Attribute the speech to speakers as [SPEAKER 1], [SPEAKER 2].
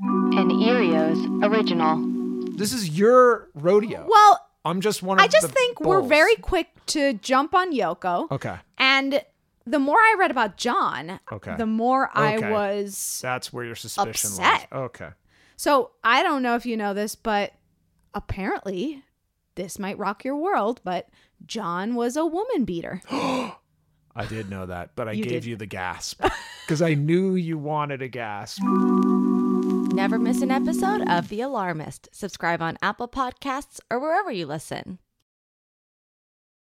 [SPEAKER 1] An Erios original.
[SPEAKER 2] This is your rodeo.
[SPEAKER 3] Well,
[SPEAKER 2] I'm just one of
[SPEAKER 3] I just
[SPEAKER 2] the
[SPEAKER 3] think we're
[SPEAKER 2] bulls.
[SPEAKER 3] very quick to jump on Yoko.
[SPEAKER 2] Okay.
[SPEAKER 3] And the more I read about John,
[SPEAKER 2] Okay.
[SPEAKER 3] the more I
[SPEAKER 2] Okay.
[SPEAKER 3] was.
[SPEAKER 2] That's where your suspicion
[SPEAKER 3] Upset.
[SPEAKER 2] lies. Okay.
[SPEAKER 3] So I don't know if you know this, but apparently this might rock your world, but John was a woman beater.
[SPEAKER 2] I did know that, but I
[SPEAKER 3] You
[SPEAKER 2] gave
[SPEAKER 3] did.
[SPEAKER 2] you the gasp because I knew you wanted a gasp.
[SPEAKER 4] Never miss an episode of The Alarmist. Subscribe on Apple Podcasts or wherever you listen.